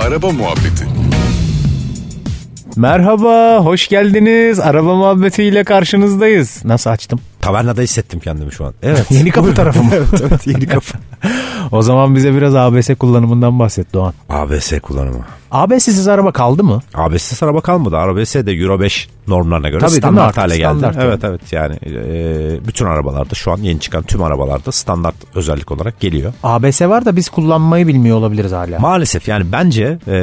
Araba Muhabbeti Merhaba, hoş geldiniz. Araba muhabbetiyle karşınızdayız. Nasıl açtım? Tavernada hissettim kendimi şu an. Evet. Yeni kapı tarafı mı? evet, evet yeni kapı. O zaman bize biraz ABS kullanımından bahset Doğan. ABS kullanımı. ABS'siz araba kaldı mı? ABS'siz araba kalmadı. ABS de Euro 5 normlarına göre Tabii değil mi standart artık? hale geldi. Standart yani. evet evet yani e, bütün arabalarda şu an yeni çıkan tüm arabalarda standart özellik olarak geliyor. ABS var da biz kullanmayı bilmiyor olabiliriz hala. Maalesef yani bence e,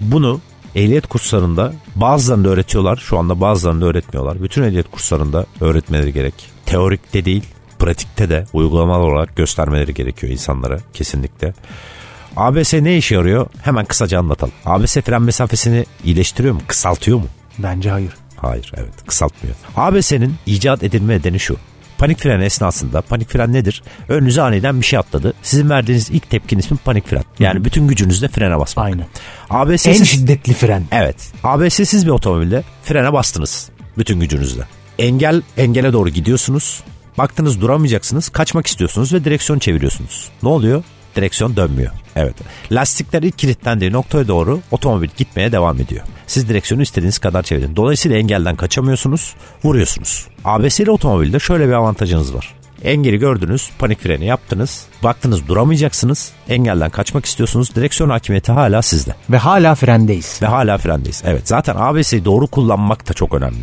bunu ehliyet kurslarında bazılarını öğretiyorlar. Şu anda bazılarını öğretmiyorlar. Bütün ehliyet kurslarında öğretmeleri gerek. Teorikte değil, pratikte de uygulamalı olarak göstermeleri gerekiyor insanlara kesinlikle. ABS ne işe yarıyor? Hemen kısaca anlatalım. ABS fren mesafesini iyileştiriyor mu? Kısaltıyor mu? Bence hayır. Hayır evet kısaltmıyor. ABS'nin icat edilme nedeni şu. Panik fren esnasında panik fren nedir? Önünüze aniden bir şey atladı. Sizin verdiğiniz ilk tepkiniz mi panik fren? Yani bütün gücünüzle frene basmak. Aynen. En ABS'siz, şiddetli fren. evet, ABS'siz bir otomobilde frene bastınız. Bütün gücünüzle. Engel engele doğru gidiyorsunuz. Baktınız duramayacaksınız. Kaçmak istiyorsunuz ve direksiyon çeviriyorsunuz. Ne oluyor? Direksiyon dönmüyor. Evet. Lastikler ilk kilitlendiği noktaya doğru otomobil gitmeye devam ediyor. Siz direksiyonu istediğiniz kadar çevirin. Dolayısıyla engelden kaçamıyorsunuz, vuruyorsunuz. ABS'li otomobilde şöyle bir avantajınız var. Engeli gördünüz, panik freni yaptınız, baktınız duramayacaksınız, engelden kaçmak istiyorsunuz, direksiyon hakimiyeti hala sizde Ve hala frendeyiz. ve hala frendeyiz. Evet zaten ABS'yi doğru kullanmak da çok önemli.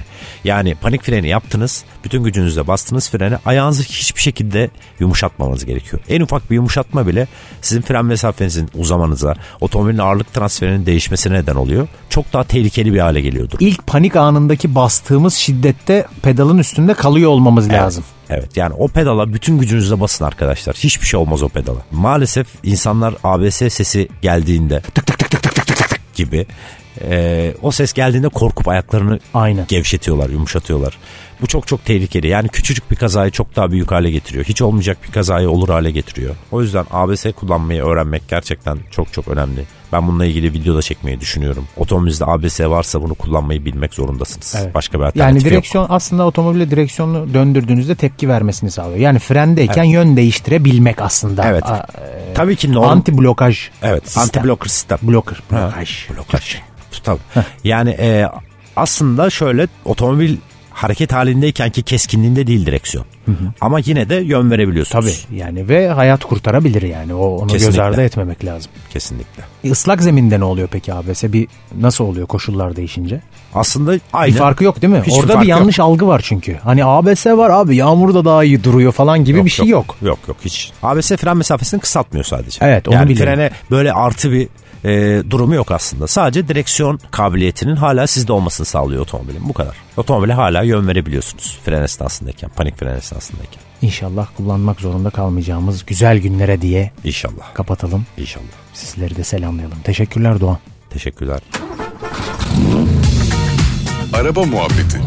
Yani panik freni yaptınız, bütün gücünüzle bastınız frene, ayağınızı hiçbir şekilde yumuşatmamanız gerekiyor. En ufak bir yumuşatma bile sizin fren mesafenizin uzamanıza, otomobilin ağırlık transferinin değişmesine neden oluyor. Çok daha tehlikeli bir hale geliyordur. İlk panik anındaki bastığımız şiddette pedalın üstünde kalıyor olmamız lazım. Evet yani o pedala bütün gücünüzle basın arkadaşlar. Hiçbir şey olmaz o pedala. Maalesef insanlar ABS sesi geldiğinde tık tık tık tık tık tık tık tık gibi e, o ses geldiğinde korkup ayaklarını Aynen. gevşetiyorlar, yumuşatıyorlar. Bu çok çok tehlikeli. Yani küçücük bir kazayı çok daha büyük hale getiriyor. Hiç olmayacak bir kazayı olur hale getiriyor. O yüzden ABS kullanmayı öğrenmek gerçekten çok çok önemli. Ben bununla ilgili video da çekmeyi düşünüyorum. Otomobilde ABS varsa bunu kullanmayı bilmek zorundasınız. Evet. Başka bir Yani alternatif yok. direksiyon aslında otomobile direksiyonu döndürdüğünüzde tepki vermesini sağlıyor. Yani frendeyken yön değiştirebilmek aslında. Evet. A- e, E, Tabii ki norm... anti blokaj. Evet. Anti blocker sistem. Bloker. Ha, Blokaj. Blokaj. Tutalım. yani e, aslında şöyle otomobil hareket halindeyken ki keskinliğinde değil direksiyon. Ama yine de yön verebiliyorsunuz. Tabii yani ve hayat kurtarabilir yani. O onu göz Kesinlikle. ardı etmemek lazım. Kesinlikle. E, Islak zeminde ne oluyor peki ABS? Bir nasıl oluyor koşullar değişince? Aslında Bir aynı. farkı yok değil mi? Hiçbir Orada bir farkı yanlış algı var çünkü. Hani ABS var abi yağmurda daha iyi duruyor falan gibi bir şey yok. Yok yok hiç. ABS fren mesafesini kısaltmıyor sadece. Evet, onu yani biliyorum. frene böyle artı bir e, durumu yok aslında. Sadece direksiyon kabiliyetinin hala sizde olmasını sağlıyor otomobilin. Bu kadar. Otomobile hala yön verebiliyorsunuz fren esnasındayken, panik fren esnasındayken. İnşallah kullanmak zorunda kalmayacağımız güzel günlere diye İnşallah. kapatalım. İnşallah. Sizleri de selamlayalım. Teşekkürler Doğan. Teşekkürler. Araba Muhabbeti